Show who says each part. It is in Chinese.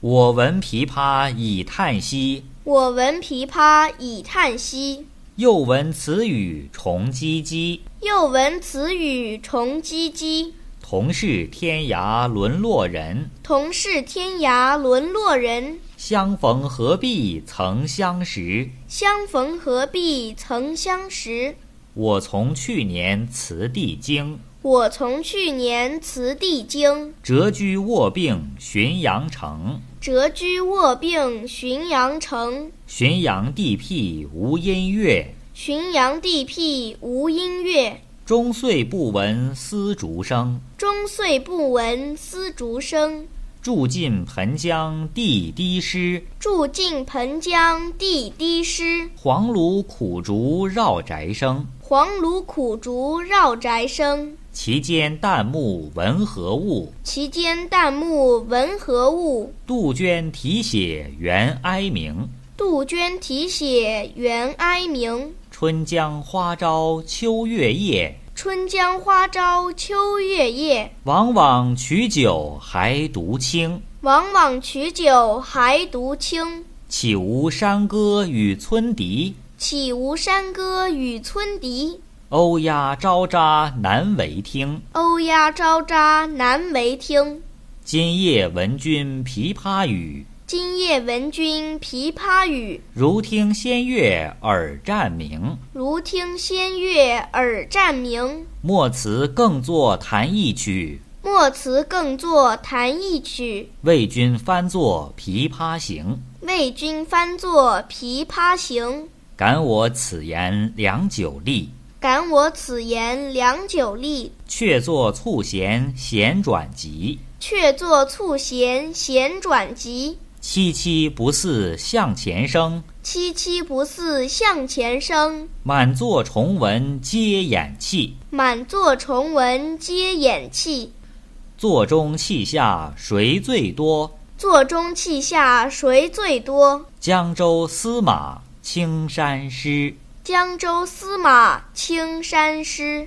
Speaker 1: 我闻琵琶已叹息，
Speaker 2: 我闻琵琶已叹息。
Speaker 1: 又闻此语重唧唧。
Speaker 2: 又闻此语重唧唧，
Speaker 1: 同是天涯沦落人，
Speaker 2: 同是天涯沦落人。
Speaker 1: 相逢何必曾相识。
Speaker 2: 相逢何必曾相识。
Speaker 1: 我从去年辞帝京，
Speaker 2: 我从去年辞帝京，
Speaker 1: 谪居卧病浔阳城。
Speaker 2: 谪居卧病浔阳城。
Speaker 1: 浔阳地僻无音乐，
Speaker 2: 浔阳地僻无音乐，
Speaker 1: 终岁不闻丝竹声。
Speaker 2: 终岁不闻丝竹声。
Speaker 1: 住近盆江地低湿，
Speaker 2: 住近盆江地低湿，
Speaker 1: 黄芦苦竹绕宅生。
Speaker 2: 黄芦苦竹绕宅生。
Speaker 1: 其间旦暮闻何物？
Speaker 2: 其间旦暮闻何物？
Speaker 1: 杜鹃啼血猿哀鸣。
Speaker 2: 杜鹃啼血猿哀鸣。
Speaker 1: 春江花朝秋月夜，
Speaker 2: 春江花朝秋月夜。
Speaker 1: 往往取酒还独倾。
Speaker 2: 往往取酒还独倾。
Speaker 1: 岂无山歌与村笛？
Speaker 2: 岂无山歌与村笛？
Speaker 1: 欧鸦昭喳难为听。
Speaker 2: 欧鸦昭喳难为听。
Speaker 1: 今夜闻君琵琶语，
Speaker 2: 今夜闻君琵琶语，
Speaker 1: 如听仙乐耳暂明。
Speaker 2: 如听仙乐耳暂明。
Speaker 1: 莫辞更作弹一曲，
Speaker 2: 莫辞更作弹一曲，
Speaker 1: 为君翻作《琵琶行》。
Speaker 2: 为君翻作《琵琶行》。
Speaker 1: 感我此言良久立，
Speaker 2: 感我此言良久立，
Speaker 1: 却作促弦弦转急。
Speaker 2: 却作促弦弦转急。
Speaker 1: 凄凄不似向前声，
Speaker 2: 凄凄不似向前声，
Speaker 1: 满座重闻皆掩泣。
Speaker 2: 满座重闻皆掩泣。
Speaker 1: 座中泣下谁最多？
Speaker 2: 座中泣下谁最多？
Speaker 1: 江州司马青山湿。
Speaker 2: 江州司马青山湿。